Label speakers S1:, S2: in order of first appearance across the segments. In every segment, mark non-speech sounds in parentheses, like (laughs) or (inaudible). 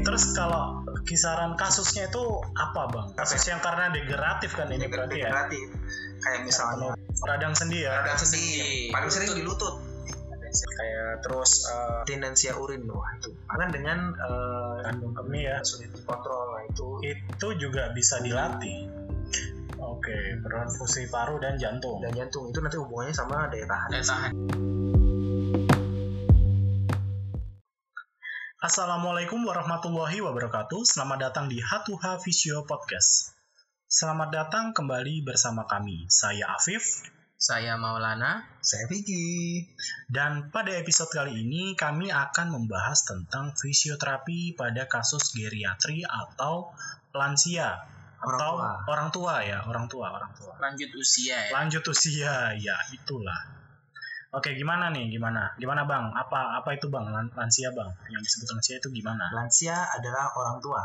S1: terus kalau kisaran kasusnya itu apa bang? Kasus yang karena degeneratif kan ini berarti ya?
S2: degeneratif kayak misalnya
S1: Radang sendi ya?
S2: radang sendi paling sering di lutut
S1: Kayak terus eh,
S2: tendensia urin wah itu karena dengan eh,
S1: kandung kemih ya?
S2: sulit dikontrol nah itu
S1: Itu juga bisa dilatih. Oke, peran fungsi paru dan jantung.
S2: dan jantung itu nanti hubungannya sama daya tahan
S3: Daya tahan.
S1: Assalamualaikum warahmatullahi wabarakatuh. Selamat datang di H2H Visio Podcast. Selamat datang kembali bersama kami. Saya Afif
S3: Saya Maulana.
S2: saya Vicky
S1: dan pada episode kali ini kami akan membahas tentang fisioterapi pada kasus geriatri atau lansia
S2: Orang
S1: atau
S2: tua.
S1: orang tua ya, orang tua, orang tua.
S3: Lanjut usia ya.
S1: Lanjut usia, ya itulah. Oke, gimana nih? Gimana? Gimana, Bang? Apa apa itu, Bang? Lan- Lansia, Bang. Yang disebut lansia itu gimana?
S2: lansia adalah orang tua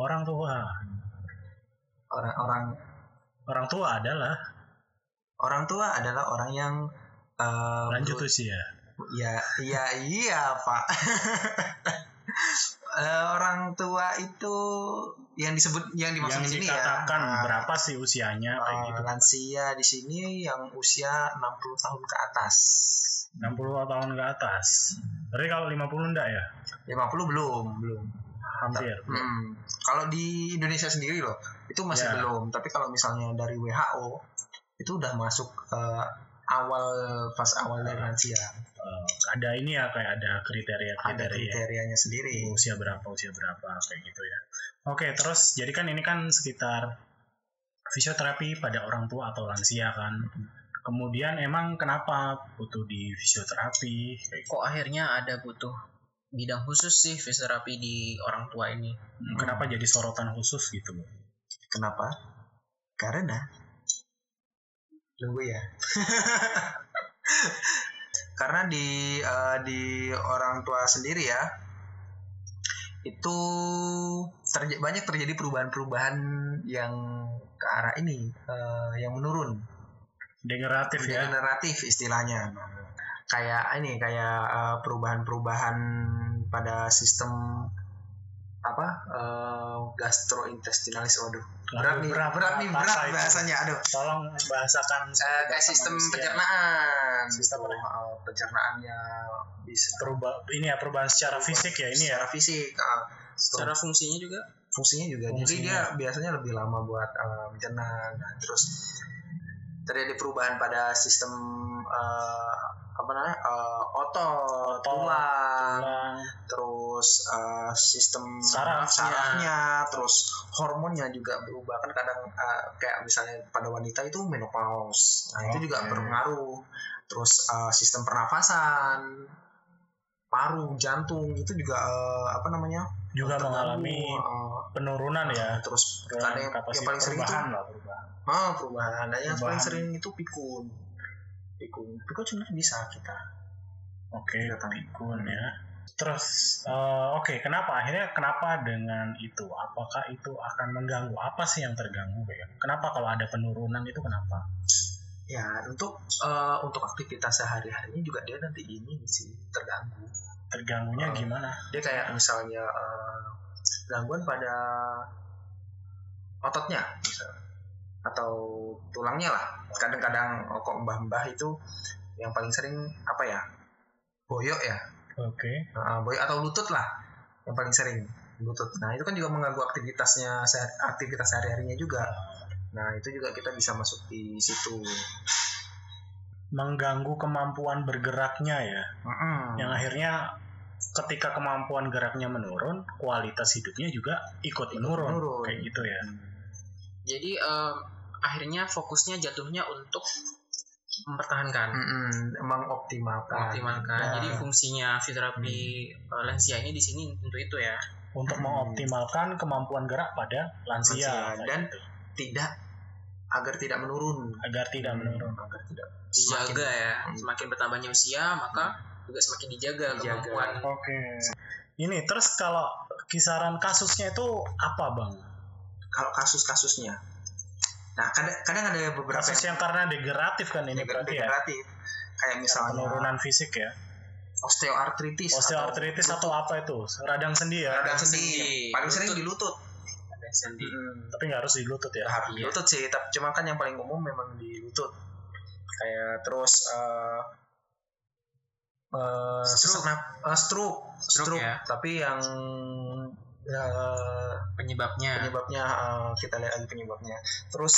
S1: Orang tua.
S2: orang orang
S1: Orang tua adalah
S2: orang tua adalah orang yang eh,
S1: lanjut
S2: ber-
S1: usia.
S2: ya iya iya pak (laughs) Eh, orang tua itu yang disebut yang dimaksud
S1: yang
S2: di sini
S1: dikatakan
S2: ya Nah,
S1: berapa sih usianya kayak
S2: Eh,
S1: gitu.
S2: lansia di sini yang usia 60 tahun ke atas.
S1: 60 tahun ke atas. Berarti kalau 50 enggak ya?
S2: 50 belum, belum.
S1: Hampir.
S2: Hmm. Kalau di Indonesia sendiri loh, itu masih
S1: Ya.
S2: belum. Tapi kalau misalnya dari WHO itu udah masuk eh, awal pas awal dari lansia.
S1: Eh, ada ini ya kayak ada iya.
S2: Ada
S1: kriteria-kriteria gitu ya.
S2: kriterianya sendiri.
S1: usia berapa, usia berapa kayak gitu ya. Oke, terus jadi kan ini kan sekitar fisioterapi pada orang tua atau lansia kan. Kemudian emang kenapa butuh di fisioterapi? Kayak gitu.
S3: Kok akhirnya ada butuh bidang khusus sih fisioterapi di orang tua ini?
S2: Hmm.
S1: Kenapa jadi sorotan khusus gitu?
S2: Kenapa? Karena tunggu ya. (laughs) Karena di eh, di orang tua sendiri ya itu terj- banyak terjadi perubahan-perubahan yang ke arah ini eh, yang menurun
S1: Degeneratif
S2: Iya,
S1: ya.
S2: degeneratif istilahnya kayak ini kayak eh, perubahan-perubahan pada sistem apa eh, gastrointestinalis waduh berat
S1: Aduh,
S2: nih berat, nih berat
S1: bahasa itu.
S2: bahasanya aduh
S1: Tolong bahasakan
S2: Eh, kayak
S1: bahasa
S2: sistem
S1: manusia.
S2: pencernaan
S1: Sistem
S2: gitu. Eh, pencernaannya bisa
S1: Peruba- ini ya perubahan secara fisik ya ini ya
S2: secara fisik eh,
S3: Secara fungsinya juga
S2: fungsinya juga jadi
S1: Fungsinya.
S2: dia biasanya lebih lama buat eh, mencerna nah, terus terjadi perubahan pada sistem eh, apa namanya eh,
S1: Otot,
S2: otot, tulang
S1: tulang
S2: terus eh, sistem
S1: Saraf.
S2: sarafnya terus hormonnya juga berubah kan kadang eh, kayak misalnya pada wanita itu menopause nah itu juga
S1: Oke.
S2: berpengaruh terus eh, sistem pernafasan paru jantung itu juga eh, apa namanya
S1: juga
S2: terganggu,
S1: mengalami
S2: eh,
S1: penurunan ya
S2: Nah, terus kadang yang,
S1: kapasitas
S2: yang paling sering itu
S1: perubahan lah perubahan
S2: oh, perubahan. Dan yang paling
S1: Perubahan.
S2: sering itu pikun. Pikun. Pikun sebenarnya bisa kita.
S1: oke
S2: Datang.
S1: pikun ya terus eh, oke kenapa akhirnya kenapa dengan itu apakah itu akan mengganggu apa sih yang terganggu ya kenapa kalau ada penurunan itu kenapa
S2: Ya, untuk eh, untuk aktivitas sehari-harinya juga dia nanti ini sih terganggu.
S1: terganggunya
S2: Eh,
S1: gimana
S2: Dia kayak misalnya eh, gangguan pada ototnya misalnya. atau tulangnya lah. Kadang-kadang oh, kok mbah-mbah itu yang paling sering apa ya? Boyok ya.
S1: oke
S2: Nah, boy atau lutut lah yang paling sering lutut. Nah itu kan juga mengganggu aktivitasnya sehari- aktivitas sehari harinya juga. Nah itu juga kita bisa masuk di situ.
S1: mengganggu kemampuan bergeraknya ya
S2: Mm-mm.
S1: yang akhirnya ketika kemampuan geraknya menurun kualitas hidupnya juga ikut menurun,
S2: menurun.
S1: kayak gitu ya
S2: kan.
S3: Jadi em, akhirnya fokusnya jatuhnya untuk mempertahankan,
S2: Mm-mm, mengoptimalkan.
S3: mengoptimalkan.
S2: Nah,
S3: Jadi fungsinya fisioterapi eh, lansia ini di sini untuk itu ya.
S1: untuk
S2: Hmm.
S1: mengoptimalkan kemampuan gerak pada lansia,
S2: Lansia,
S1: kayak
S2: dan-
S1: gitu.
S2: tidak agar tidak menurun.
S1: agar tidak
S2: Hmm,
S1: menurun
S2: Agar tidak semakin
S3: Dijaga ya.
S2: Hmm.
S3: Semakin bertambahnya usia, maka juga semakin dijaga,
S2: Dijaga.
S3: kemampuan.
S1: Oke. Ini terus kalau kisaran kasusnya itu apa bang?
S2: Kalau kasus-kasusnya. Nah kadang, kadang ada beberapa
S1: Kasus yang karena degeneratif kan ini
S2: yang
S1: berarti ya?
S2: degeneratif. Kayak
S1: Karena
S2: misalnya
S1: Penurunan fisik ya?
S2: osteoartritis
S1: Osteoartritis atau apa itu? Radang sendi ya.
S2: radang
S3: Radang
S2: sendi
S3: sendi.
S2: paling sering
S3: Lutut.
S2: di lutut
S3: Ada sendi.
S2: Hmm.
S1: Tapi nggak harus di lutut ya.
S2: Nggak harus di
S3: Iya.
S2: lutut sih tapi cuma kan yang paling umum memang di lutut kayak terus eh eh,
S3: Stroke.
S2: sesak naf- eh, stroke
S3: Stroke ya. Nah.
S2: tapi yang eh,
S3: Penyebabnya.
S2: penyebabnya eh, kita lihat lagi penyebabnya terus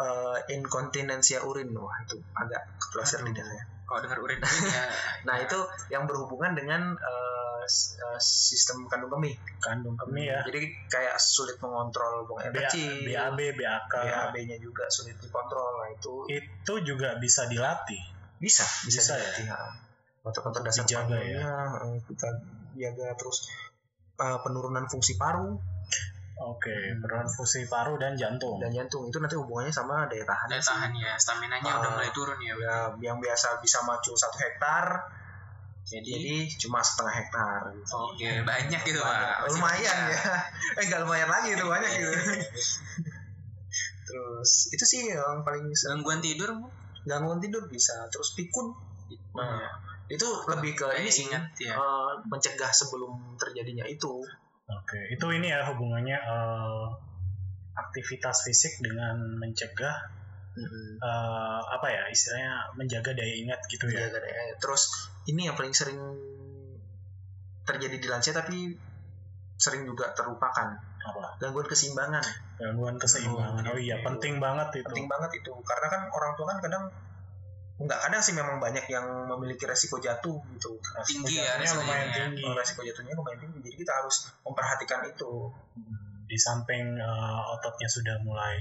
S2: eh, inkontinensia urin wah itu agak kepleset
S3: Aduh.
S2: lidahnya
S3: Kalau dengar urin urin ya.
S2: (laughs) nah itu yang berhubungan dengan eh, s- eh, sistem kandung kemih
S1: Kandung kemih ya.
S2: jadi kayak sulit mengontrol buang air
S1: B-
S2: kecil
S1: BAB, BAK.
S3: Iya.
S2: BAB-nya juga sulit dikontrol nah itu
S1: Itu juga bisa dilatih.
S2: bisa bisa,
S1: Bisa ya?
S2: dilatih, ha. otot-otot dasar
S1: Dijaga
S2: parunya
S3: ya.
S2: eh, kita jaga terus eh, penurunan fungsi paru
S1: Oke, penurunan fungsi paru dan jantung.
S2: dan jantung itu nanti hubungannya sama daya tahan
S3: Daya tahan ya, staminanya udah
S2: Ah.
S3: mulai turun ya.
S2: Ya, yang biasa bisa maju satu hektar
S3: Jadi
S2: jadi cuma setengah hektar gitu.
S3: oke banyak gitu pak.
S2: Banyak.
S3: Masih Iya.
S2: lumayan
S3: banyak.
S2: ya (laughs) eh nggak lumayan lagi itu banyak gitu (laughs) terus itu sih yang paling sering
S3: Gangguan tidur Bu?
S2: gangguan tidur bisa terus pikun Nah,
S3: Iya.
S2: itu lebih ke
S3: Kayak
S2: ini sih
S3: ingat ya.
S2: eh, mencegah sebelum terjadinya itu
S1: Oke, itu ini ya hubungannya eh, aktivitas fisik dengan mencegah eh, apa ya istilahnya menjaga daya ingat gitu ya.
S2: Menjaga daya. Iya, kan, terus ini yang paling sering terjadi di lansia tapi sering juga terlupakan
S1: Apa?
S2: gangguan keseimbangan
S1: Gangguan keseimbangan.
S2: Oh,
S1: Oh
S3: gitu.
S1: iya,
S2: oke.
S1: penting banget itu.
S2: penting banget itu karena kan orang tua kan kadang nggak kadang sih memang banyak yang memiliki resiko jatuh gitu
S3: Tinggi
S1: Jatuhnya
S3: ya resikonya
S1: lumayan
S3: ya.
S1: tinggi.
S2: resiko jatuhnya lumayan tinggi jadi kita harus memperhatikan itu
S1: Hmm, Di samping eh, ototnya sudah mulai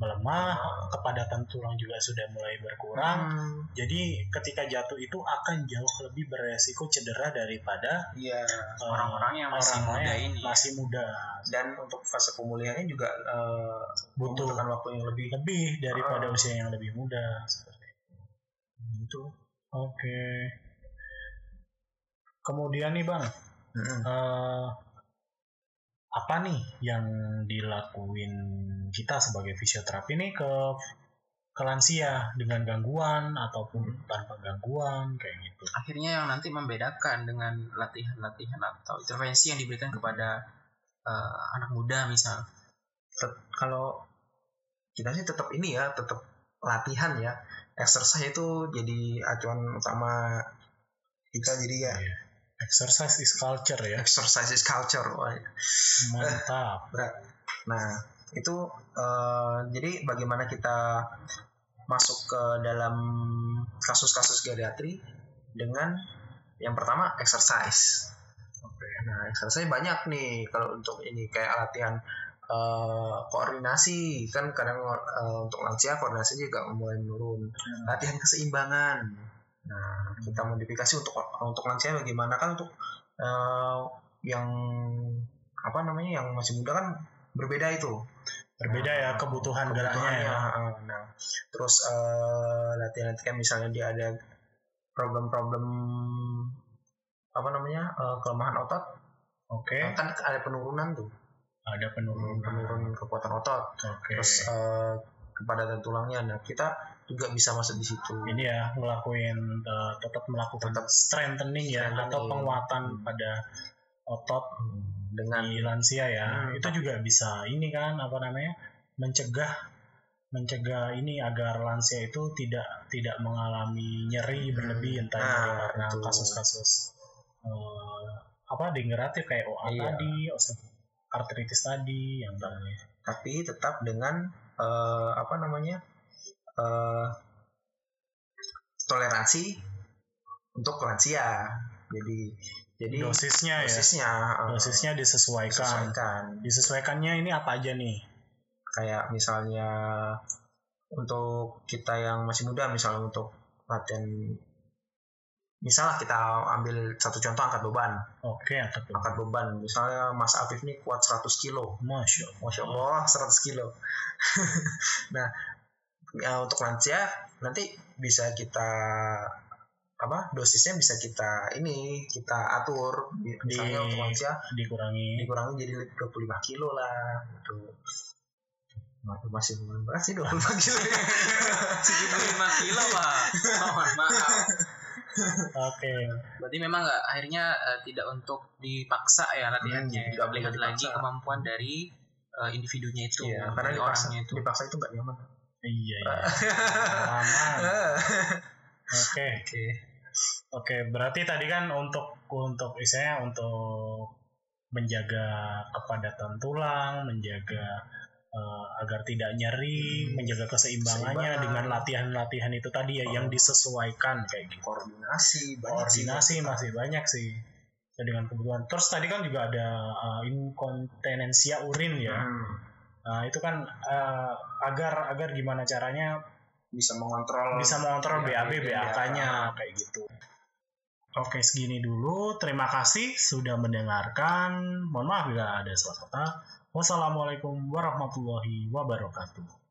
S1: melemah, kepadatan tulang juga sudah mulai berkurang.
S2: Hmm,
S1: Jadi ketika jatuh itu akan jauh lebih beresiko cedera daripada
S2: iya
S1: eh,
S3: Orang-orang yang masih
S1: orang-orang
S3: muda
S1: yang
S3: ini. ya.
S1: Masih muda.
S2: dan untuk fase pemulihannya juga eh,
S1: Butuh
S2: membutuhkan waktu yang lebih
S1: lebih daripada
S2: Ah.
S1: usia yang lebih muda seperti Gitu. itu. Oke. Kemudian nih bang, eh, apa nih yang dilakuin kita sebagai fisioterapi nih ke ke lansia dengan gangguan ataupun tanpa gangguan kayak gitu.
S3: akhirnya yang nanti membedakan dengan latihan-latihan atau intervensi yang diberikan kepada eh, anak muda
S2: (laughs)
S3: misal
S2: Tet- kalau kita sih tetap ini ya tetap latihan ya exercise itu jadi acuan utama kita jadi ya
S1: Iya. Exercise is culture ya. (laughs)
S2: exercise is culture Wah,
S1: Mantap.
S2: Nah, itu eh, jadi bagaimana kita masuk ke dalam kasus-kasus geriatri dengan yang pertama exercise. Nah, exercise banyak nih kalau untuk ini kayak latihan eh, koordinasi kan kadang eh, untuk lansia koordinasi juga mulai menurun. Latihan keseimbangan. Nah, kita modifikasi untuk untuk lansia bagaimana kan untuk eh, yang apa namanya yang masih muda kan berbeda itu Ah,
S1: Berbeda ya kebutuhan geraknya
S2: kebutuhannya.
S1: ya.
S2: Heeh, Nah, terus eh, latihan latihan misalnya dia ada problem-problem apa namanya eh, kelemahan otot,
S1: Oke,
S2: kan ada penurunan tuh,
S1: ada penurunan.
S2: penurunan kekuatan otot,
S1: Oke.
S2: terus eh, kepadatan tulangnya. Nah, kita juga bisa masuk di situ.
S1: ini ya ngelakuin eh, tetap melakukan
S2: Tetap
S1: strengthening ya
S2: strengthening.
S1: atau penguatan
S2: Hmm.
S1: pada otot
S2: Dengan
S1: di lansia ya
S2: Hmm.
S1: itu juga bisa ini kan apa namanya mencegah mencegah ini agar lansia itu tidak tidak mengalami nyeri
S2: Hmm.
S1: berlebih entah
S2: Nah,
S1: itu karena
S2: betul.
S1: kasus-kasus eh, apa degeneratif kayak OA
S2: Iya.
S1: tadi osteoartritis tadi yang tadi
S2: tapi tetap dengan eh, apa namanya eh, toleransi untuk lansia jadi jadi
S1: dosisnya ya
S2: dosisnya eh,
S1: dosisnya disesuaikan
S2: disesuaikan.
S1: disesuaikannya ini apa aja nih
S2: kayak misalnya untuk kita yang masih muda misalnya untuk latihan misalnya kita ambil satu contoh angkat beban
S1: oke atau
S2: angkat beban misalnya Mas Afif nih kuat 100 kilo
S1: Masya Allah.
S2: Masya Allah 100 kilo (laughs) Nah ya, Untuk lansia nanti bisa kita apa dosisnya bisa kita ini kita atur misalnya
S1: Di-
S2: untuk lansia
S1: Dikurangi.
S2: dikurangi jadi 25 kilo lah gitu Ma- masih masih 25 (laughs) kilo
S3: (laughs) lima kilo pak mohon Oh, maaf
S1: Oke.
S3: Berarti memang nggak akhirnya eh, tidak untuk dipaksa ya
S2: Hmm,
S3: latihannya.
S2: nggak boleh
S3: Lihat lagi
S2: dipaksa.
S3: kemampuan dari eh, individunya itu,
S2: Iya, karena
S3: dari
S2: dipaksa,
S3: orangnya itu.
S2: dipaksa itu nggak nyaman.
S1: Iya iya. Aman.
S2: (laughs)
S1: Oke.
S2: Eh.
S3: Oke.
S1: Oke, berarti tadi kan untuk untuk istilahnya untuk menjaga kepadatan tulang, menjaga eh, agar tidak nyeri,
S2: Hmm.
S1: menjaga keseimbangannya
S2: Keseimbangan.
S1: dengan latihan-latihan itu tadi ya yang
S2: Oh.
S1: disesuaikan kayak gitu.
S2: koordinasi, banyak sih.
S1: Koordinasi masih banyak sih Ya, dengan kebutuhan. Terus tadi kan juga ada eh, inkontinensia urin ya.
S2: Hmm,
S1: Nah, itu kan eh, agar agar gimana caranya
S2: bisa mengontrol
S1: bisa mengontrol
S2: BAB,
S1: BAB, BAK-nya kayak gitu. Oke, segini dulu. Terima kasih sudah mendengarkan. Mohon maaf bila ada salah kata. Wassalamualaikum warahmatullahi wabarakatuh.